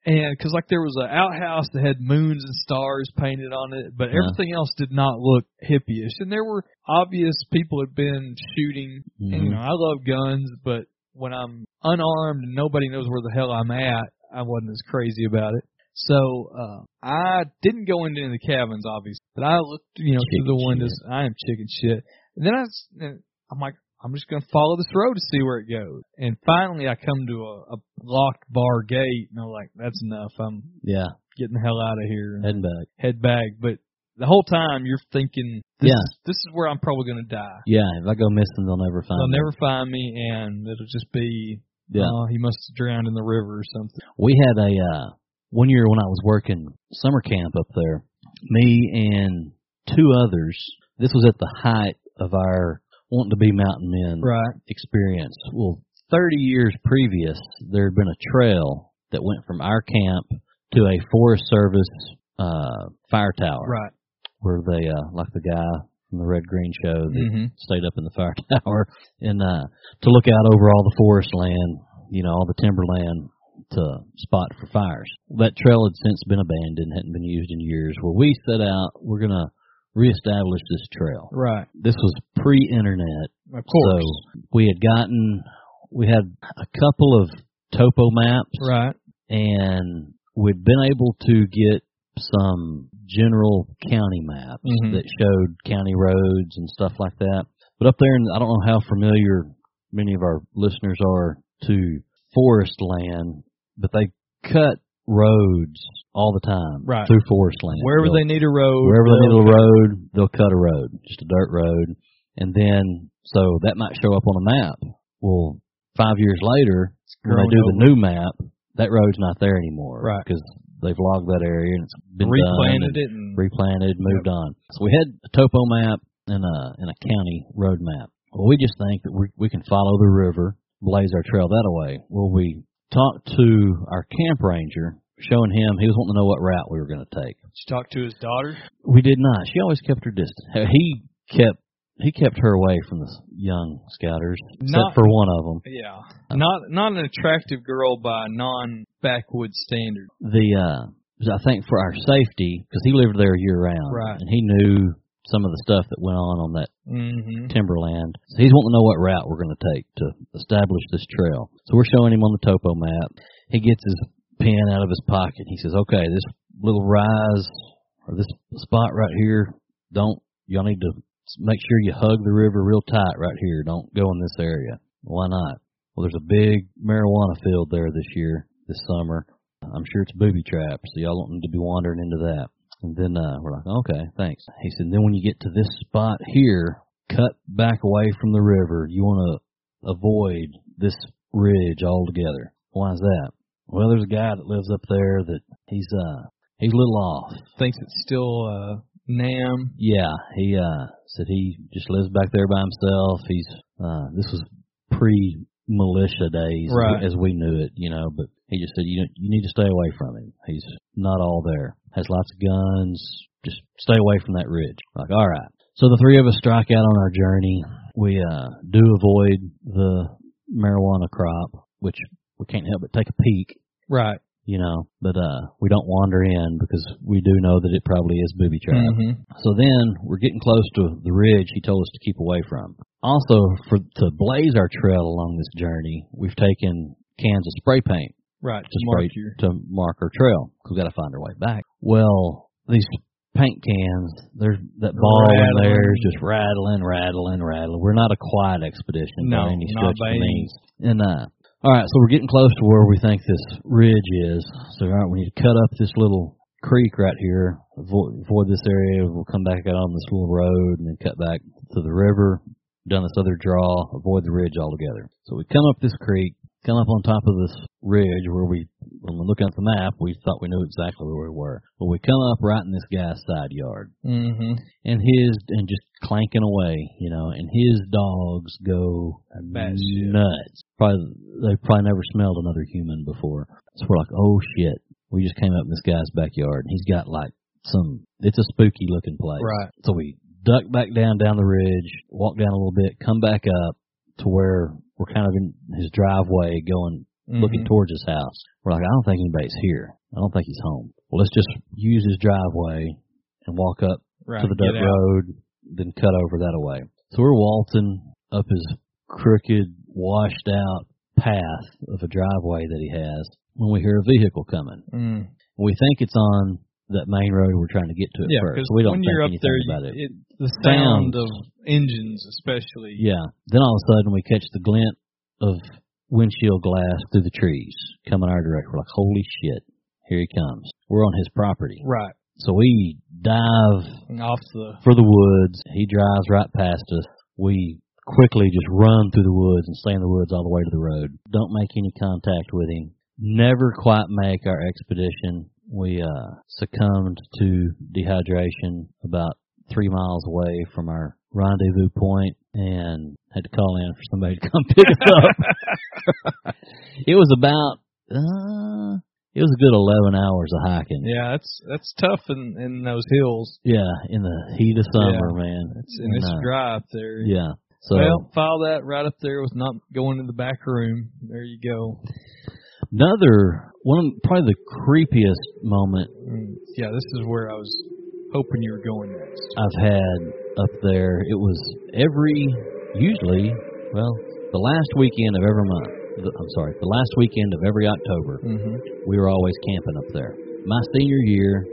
S9: And because like there was an outhouse that had moons and stars painted on it, but
S8: Yeah.
S9: everything else did not look hippie-ish. And there were obvious people had been shooting. And you
S8: Mhm.
S9: know, I love guns, but when I'm unarmed and nobody knows where the hell I'm at, I wasn't as crazy about it. So uh, I didn't go into any of the cabins, obviously, but I looked, you know, through
S8: Chicken
S9: the windows. I am chicken shit. And then I, s- and I'm like, I'm just gonna follow this road to see where it goes. And finally, I come to a, a locked bar gate, and I'm like, that's enough. I'm
S8: Yeah,
S9: getting the hell out of here and
S8: heading back.
S9: head back. But the whole time, you're thinking, this,
S8: Yeah.
S9: is, this is where I'm probably gonna die.
S8: Yeah, if I go missing, they'll never find
S9: They'll
S8: me.
S9: never find me, and it'll just be,
S8: Yeah.
S9: oh, he must have drowned in the river or something.
S8: We had a uh one year when I was working summer camp up there, me and two others. This was at the height of our wanting to be mountain men
S9: Right.
S8: experience. Well, 30 years previous, there had been a trail that went from our camp to a Forest Service uh fire tower
S9: Right.
S8: where they uh like the guy from the Red Green show that
S9: Mm-hmm.
S8: stayed up in the fire <laughs> tower and uh to look out over all the forest land, you know, all the timberland to spot for fires. That trail had since been abandoned, hadn't been used in years. Well we set out we're gonna reestablish this trail.
S9: Right.
S8: This was pre internet.
S9: Of course.
S8: So we had gotten we had a couple of topo maps
S9: right.
S8: and we'd been able to get some general county maps
S9: Mhm.
S8: that showed county roads and stuff like that. But up there, in, I don't know how familiar many of our listeners are to forest land, but they cut roads all the time
S9: Right.
S8: through forest land.
S9: Wherever
S8: They'll-
S9: they need a road.
S8: wherever they
S9: they'll-
S8: need a road, they'll cut a road, just a dirt road, and then so that might show up on a map. Well, five years later, when they
S9: grown
S8: do the new map, that road's not there anymore,
S9: Right.
S8: Because they've logged that area and it's been done
S9: replanted
S8: and
S9: it and
S8: replanted, moved on. So we had a topo map and a and a county road map. Well, we just think that we we can follow the river, blaze our trail that way. Well, we talked to our camp ranger, showing him he was wanting to know what route we were going to take.
S9: Did you talk to his daughter?
S8: We did not. She always kept her distance. He kept he kept her away from the s- young scouters,
S9: Not-
S8: except for one of them.
S9: Yeah.
S8: Uh-huh.
S9: Not not an attractive girl by non backwoods standard.
S8: The uh, I think for our safety, because he lived there year round,
S9: Right.
S8: and he knew some of the stuff that went on on that
S9: Mm-hmm.
S8: timberland. So he's wanting to know what route we're going to take to establish this trail. So we're showing him on the topo map. He gets his pen out of his pocket. He says, "Okay, this little rise or this spot right here, don't y'all need to s- make sure you hug the river real tight right here. Don't go in this area. Why not? Well, there's a big marijuana field there this year, this summer. I'm sure it's booby trapped, so y'all don't need to be wandering into that." And then uh, we're like, okay, thanks. He said, then when you get to this spot here, cut back away from the river. You want to avoid this ridge altogether. Why is that? Well, there's a guy that lives up there that he's uh he's a little off.
S9: Thinks it's still uh, Nam.
S8: Yeah, he uh said he just lives back there by himself. He's uh this was pre militia days
S9: Right.
S8: as we knew it, you know, but he just said you you need to stay away from him. He's not all there. Has lots of guns. Just stay away from that ridge. Like, all right. So the three of us strike out on our journey. We uh do avoid the marijuana crop, which we can't help but take a peek
S9: Right.
S8: you know, but uh we don't wander in because we do know that it probably is booby trapped.
S9: Mhm.
S8: So then we're getting close to the ridge he told us to keep away from. Also for to blaze our trail along this journey, we've taken cans of spray paint
S9: Right.
S8: to
S9: To
S8: spray
S9: mark your
S8: to mark our trail. 'cause We've got to find our way back. Well, these paint cans, there's that ball in there is
S9: Rattling.
S8: just rattling, rattling, rattling. We're not a quiet expedition
S9: No,
S8: by any
S9: not
S8: stretch
S9: by
S8: of the
S9: any-
S8: means. And uh, all right, so we're getting close to where we think this ridge is. So all right, we need to cut up this little creek right here, avoid, avoid this area. We'll come back out on this little road and then cut back to the river. Down this other draw, avoid the ridge altogether. So we come up this creek, come up on top of this ridge where we, when we're looking at the map, we thought we knew exactly where we were. But we come up right in this guy's side yard Mm-hmm.
S9: hmm
S8: and his and just clanking away, you know, and his dogs go
S9: Batshit.
S8: nuts. Probably they've probably never smelled another human before. So we're like, oh shit, we just came up in this guy's backyard and he's got like some. It's a spooky looking place.
S9: Right.
S8: So we duck back down down the ridge, walk down a little bit, come back up to where we're kind of in his driveway going looking
S9: Mhm.
S8: towards his house. We're like, I don't think anybody's here. I don't think he's home. Well, let's just use his driveway and walk up
S9: right.
S8: to the dirt
S9: get out.
S8: road, then cut over that away. So we're waltzing up his crooked, washed out path of a driveway that he has when we hear a vehicle coming.
S9: Mm.
S8: We think it's on that main road we're trying to get to at
S9: Yeah,
S8: first.
S9: because
S8: So we don't
S9: when
S8: think
S9: you're up
S8: anything
S9: there,
S8: about it.
S9: you- the
S8: Sound.
S9: sound of engines, especially.
S8: Yeah. Then all of a sudden we catch the glint of windshield glass through the trees coming our direction. We're like, holy shit, here he comes. We're on his property.
S9: Right.
S8: So we dive
S9: And off the
S8: for the woods. He drives right past us. We quickly just run through the woods and stay in the woods all the way to the road. Don't make any contact with him. Never quite make our expedition. We uh, succumbed to dehydration about three miles away from our rendezvous point and had to call in for somebody to come <laughs> pick us up. <laughs> it was about uh, it was a good eleven hours of hiking.
S9: yeah, that's that's tough in in those hills.
S8: Yeah, in the heat of summer, man.
S9: It's and it's
S8: No.
S9: dry up there.
S8: Yeah. So
S9: well, file that right up there with not going to the back room. There you go.
S8: another one, of- probably the creepiest moment
S9: Mm. Yeah, this is where I was hoping you were going next.
S8: I've had up there. It was every usually well the last weekend of every month. The, I'm sorry, the last weekend of every October,
S9: Mm-hmm.
S8: we were always camping up there. My senior year,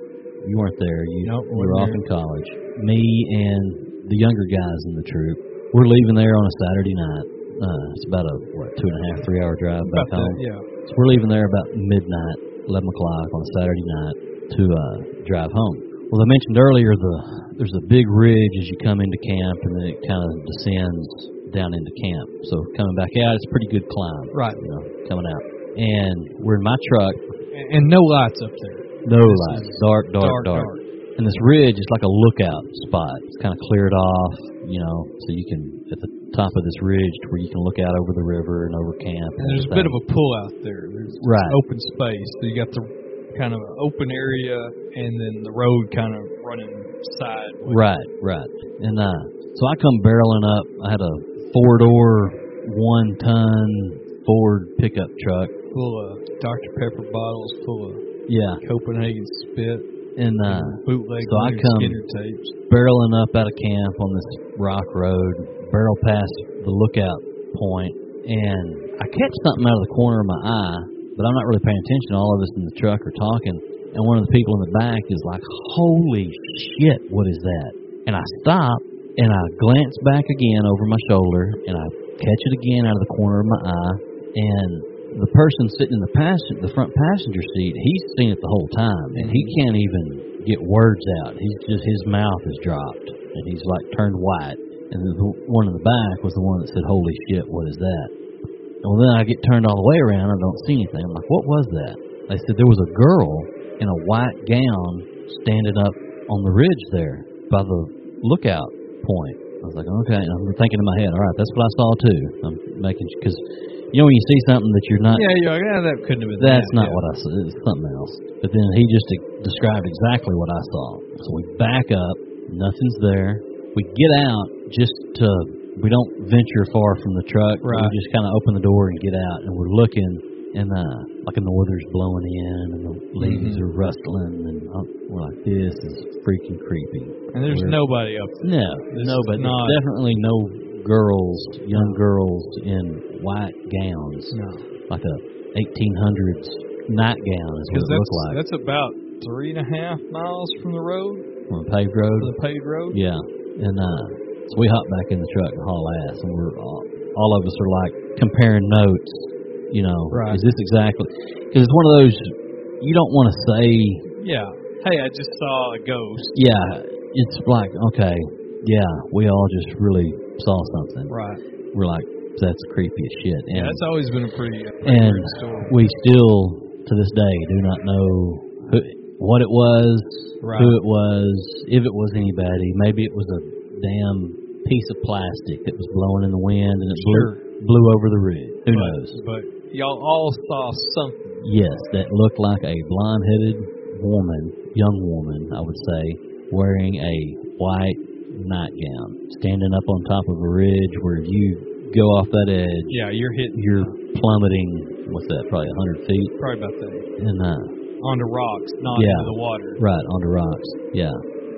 S8: you weren't there. You,
S9: Nope,
S8: you were off in
S9: wasn't
S8: college. Me and the younger guys in the troop, we're leaving there on a Saturday night. Uh, it's about a what two and a half, three hour drive back home.
S9: yeah.
S8: So we're leaving there about midnight, 11 o'clock on a Saturday night to uh, drive home. Well, I mentioned earlier the there's a big ridge as you come into camp, and then it kind of descends down into camp. So coming back out, it's a pretty good climb.
S9: Right.
S8: You know, coming out, and we're in my truck.
S9: And, and no lights up there.
S8: No
S9: This
S8: lights,
S9: is
S8: dark, dark, dark, And this ridge is like a lookout spot. It's kind of cleared off, you know, so you can at the top of this ridge to where you can look out over the river and over camp.
S9: And there's a bit of a pull out there. There's
S8: Right.
S9: open space. So you got the kind of open area and then the road kind of running sideways.
S8: Right, right. And uh so I come barreling up. I had a four door, one ton Ford pickup truck.
S9: Full of Dr. Pepper bottles, full of
S8: Yeah.
S9: Copenhagen spit,
S8: And uh
S9: and bootleg
S8: so I
S9: Leonard
S8: come-
S9: Skinner tapes.
S8: barreling up out of camp on this rock road, barrel past the lookout point, and I catch something out of the corner of my eye, but I'm not really paying attention. All of us in the truck are talking, and one of the people in the back is like, Holy shit, what is that? And I stop and I glance back again over my shoulder and I catch it again out of the corner of my eye and the person sitting in the passenger, the front passenger seat, he's seen it the whole time, and he can't even get words out. He's just his mouth is dropped, and he's like turned white. And the one in the back was the one that said, "Holy shit, what is that?" Well, then I get turned all the way around. I don't see anything. I'm like, what was that? They said there was a girl in a white gown standing up on the ridge there by the lookout point. I was like, okay. And I'm thinking in my head, all right, that's what I saw too. I'm making because you know when you see something that you're not
S9: yeah, you're like, yeah, that couldn't have been.
S8: that's
S9: that.
S8: not what I saw. It's something else. But then he just e- described exactly what I saw. So we back up. Nothing's there. We get out just to. We don't venture far from the truck.
S9: Right.
S8: We just kind of open the door and get out, and we're looking, and uh, like a norther's blowing in, and the leaves
S9: Mhm.
S8: are rustling, and i we're like, "This is freaking creepy."
S9: And there's
S8: Weird.
S9: nobody up
S8: No,
S9: This
S8: no,
S9: is
S8: but
S9: not-
S8: definitely no girls, young girls in white gowns
S9: there. No.
S8: like a 1800s nightgown is what
S9: Because
S8: it
S9: that's,
S8: looked like
S9: that's about three and a half miles from the road,
S8: on a paved road.
S9: the paved road.
S8: Yeah, and uh, so we hop back in the truck and haul ass, and we're all, all of us are like comparing notes. You know,
S9: Right.
S8: is this exactly? Because it's one of those you don't want to say.
S9: Yeah. Hey, I just saw a ghost.
S8: Yeah, it's like okay, yeah, we all just really saw something.
S9: Right.
S8: We're like, that's creepy as shit.
S9: Yeah,
S8: And
S9: that's always been a pretty, a pretty
S8: and
S9: weird story.
S8: we still to this day do not know who, what it was,
S9: Right.
S8: who it was, if it was anybody. Maybe it was a damn piece of plastic that was blowing in the wind and it blew
S9: Sure.
S8: blew over the ridge. Who
S9: But-
S8: knows?
S9: But y'all all saw something.
S8: Yes, that looked like a blonde-headed woman, young woman, I would say, wearing a white nightgown, standing up on top of a ridge where you go off that edge.
S9: Yeah, you're hitting
S8: You're plummeting. What's that? Probably a hundred feet.
S9: probably about that.
S8: And uh,
S9: On the rocks, not
S8: Yeah.
S9: into the water.
S8: Right, on the rocks. Yeah.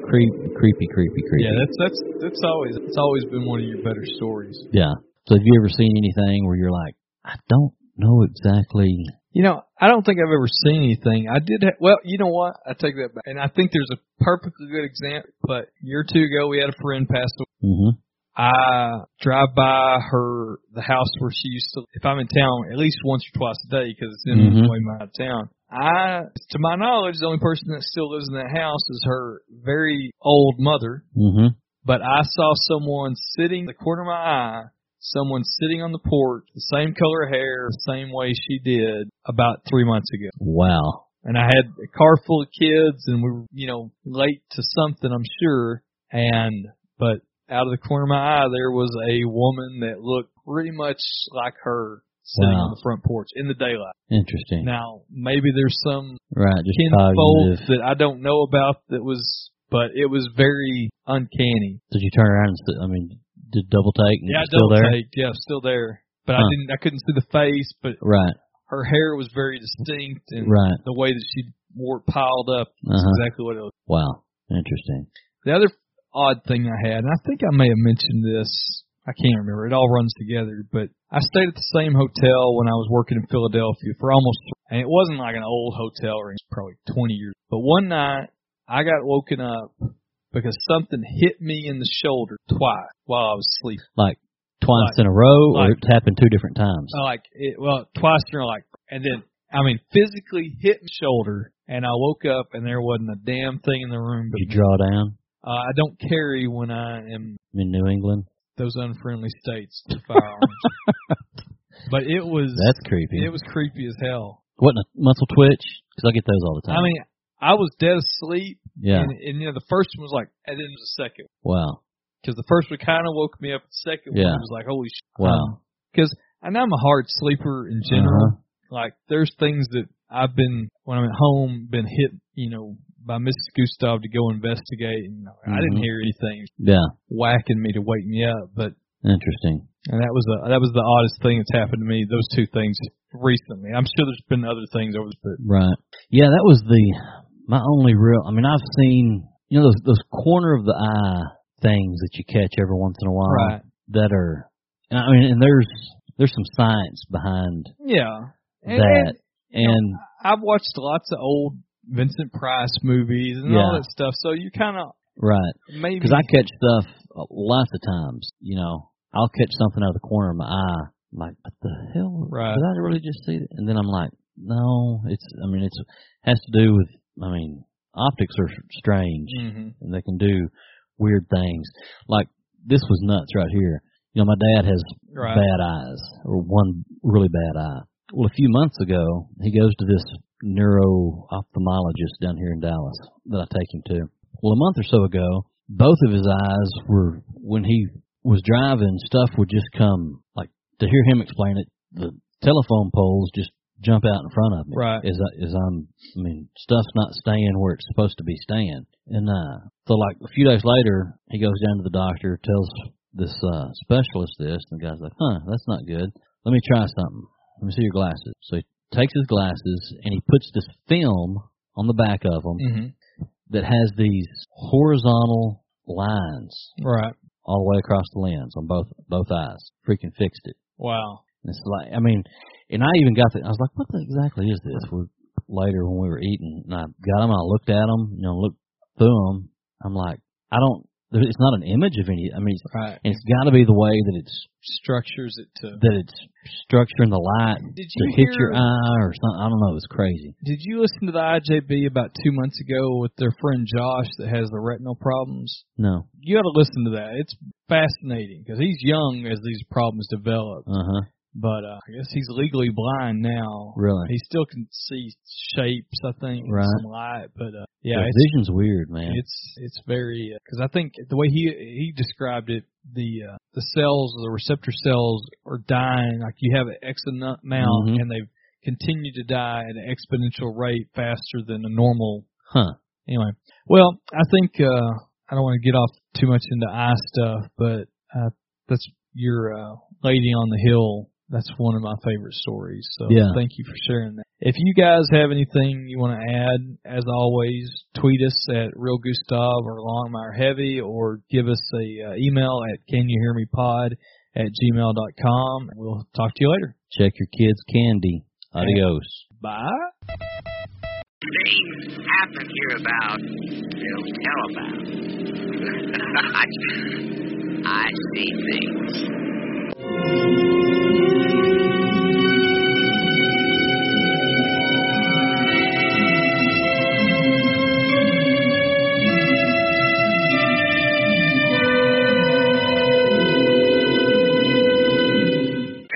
S8: Creep, creepy, creepy, creepy.
S9: Yeah, that's that's that's always it's always been one of your better stories.
S8: yeah. So have you ever seen anything where you're like, I don't know exactly.
S9: You know, I don't think I've ever seen anything. I did. Ha- well, you know what? I take that back. And I think there's a perfectly good example. But a year or two ago, we had a friend pass away.
S8: Mm-hmm.
S9: I drive by her the house where she used to. If I'm in town, at least once or twice a day because it's in
S8: Mhm.
S9: way my town. I, to my knowledge, the only person that still lives in that house is her very old mother.
S8: Mm-hmm.
S9: But I saw someone sitting the corner of my eye. Someone sitting on the porch, the same color hair, the same way she did about three months ago
S8: Wow.
S9: and I had a car full of kids, and we were, you know, late to something, I'm sure. And but out of the corner of my eye, there was a woman that looked pretty much like her sitting
S8: Wow.
S9: on the front porch in the daylight.
S8: Interesting.
S9: Now, maybe there's some
S8: right, just
S9: kinfolk
S8: cognitive.
S9: that I don't know about that was, but it was very uncanny.
S8: Did you turn around and, sit, I mean, did double take and
S9: yeah,
S8: you're still
S9: double
S8: there?
S9: take. Yeah, still there. But I
S8: Huh.
S9: didn't. I couldn't see the face, but
S8: Right,
S9: her hair was very distinct, and
S8: right.
S9: the way that she wore it piled up is
S8: Uh-huh.
S9: exactly what it was.
S8: Wow. Interesting.
S9: The other odd thing I had, and I think I may have mentioned this, I can't remember. It all runs together, but I stayed at the same hotel when I was working in Philadelphia for almost, and it wasn't like an old hotel or it's probably 20 years. But one night I got woken up because something hit me in the shoulder twice while I was sleeping.
S8: Twice
S9: Like-
S8: in a row or
S9: like- Uh,
S8: it's happened two different times?
S9: I like it, well, twice during like, and then I mean physically hit my shoulder, and I woke up and there wasn't a damn thing in the room.
S8: Did you
S9: But
S8: draw down
S9: uh, I don't carry when I am
S8: in New England?
S9: those unfriendly states to firearms.
S8: <laughs>
S9: but it was
S8: That's creepy.
S9: it was creepy as hell.
S8: Wasn't a muscle twitch? Because I get those all the time.
S9: I mean, I was dead asleep,
S8: yeah.
S9: and, and you know the first one was like, and then it was the second
S8: Wow.
S9: because the first one kind of woke me up. The second
S8: Yeah.
S9: one was like, holy shit!
S8: Wow.
S9: Because and I'm a hard sleeper in general.
S8: Uh-huh.
S9: Like there's things that I've been when I'm at home been hit, you know, by Mrs. Gustav to go investigate, and I didn't
S8: Mhm.
S9: hear anything
S8: Yeah.
S9: whacking me to wake me up, but
S8: Interesting.
S9: And that was the that was the oddest thing that's happened to me. Those two things recently. I'm sure there's been other things over the
S8: Right. Yeah, that was the my only real. I mean, I've seen you know those those corner of the eye things that you catch every once in a while
S9: right.
S8: that are. and I mean, and there's there's some science behind
S9: Yeah. And,
S8: that,
S9: and
S8: and
S9: I've watched lots of old Vincent Price movies and all
S8: Yeah.
S9: that stuff. So you kind of
S8: right
S9: maybe
S8: because I catch stuff uh, lots of times. You know, I'll catch something out of the corner of my eye. I'm like, what the hell?
S9: Right.
S8: Did I really just see that? And then I'm like, no, it's. I mean, it's has to do with. I mean, optics are strange.
S9: Mhm.
S8: and they can do weird things. Like this was nuts right here. You know, my dad has
S9: Right.
S8: bad eyes, or one really bad eye. Well, a few months ago, he goes to this neuro ophthalmologist down here in Dallas that I take him to. Well, a month or so ago, both of his eyes were, when he was driving, stuff would just come, like, to hear him explain it, the telephone poles just jump out in front of me.
S9: Right.
S8: As, I, as I'm, I mean, stuff's not staying where it's supposed to be staying. And, uh, so like a few days later, he goes down to the doctor, tells this, uh, specialist this, and the guy's like, huh, that's not good. Let me try something. Let me see your glasses. So he takes his glasses and he puts this film on the back of them
S9: Mm-hmm.
S8: that has these horizontal lines
S9: Right.
S8: all the way across the lens on both both eyes. Freaking fixed it.
S9: Wow.
S8: And it's like, I mean, and I even got the, I was like, what the, exactly is this? Well, later when we were eating, and I got them, I looked at them, you know, looked through them. I'm like, I don't, there, it's not an image of any, I mean, it's,
S9: Right.
S8: it's got to be the way that it's,
S9: Structures it to.
S8: that it's structuring the light
S9: Did
S8: to
S9: you
S8: hit
S9: hear,
S8: your eye or something. I don't know. It's crazy.
S9: Did you listen to the IJB about two months ago with their friend Josh that has the retinal problems?
S8: No.
S9: You got to listen to that. It's fascinating because he's young as these problems develop.
S8: Uh huh.
S9: But uh, I guess he's legally blind now.
S8: Really?
S9: He still can see shapes, I think, and
S8: Right.
S9: some light. But uh, yeah,
S8: Their
S9: it's,
S8: vision's weird, man.
S9: it's it's very because I think the way he he described it, the uh, the cells, the receptor cells, are dying. Like you have an X amount,
S8: Mhm.
S9: and they continue to die at an exponential rate faster than a normal.
S8: Huh.
S9: Anyway, well, I think uh, I don't want to get off too much into eye stuff, but uh, that's your uh, lady on the hill. That's one of my favorite stories. So
S8: Yeah.
S9: thank you for sharing that. If you guys have anything you want to add, as always, tweet us at Real Gustav or Longmire Heavy, or give us a uh, email at Can You Hear Me Pod at gmail dot com. We'll talk to you later.
S8: Check your kids' candy. Adios.
S9: Bye.
S10: things happen here about they'll tell about. <laughs> I, I see things.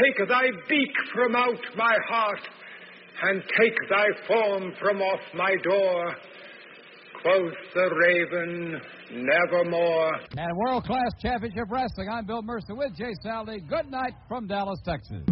S7: Take thy beak from out my heart, and take thy form from off my door. Quoth the raven, nevermore.
S11: and World Class Championship Wrestling. I'm Bill Mercer with Jay Saldi. Good night from Dallas, Texas.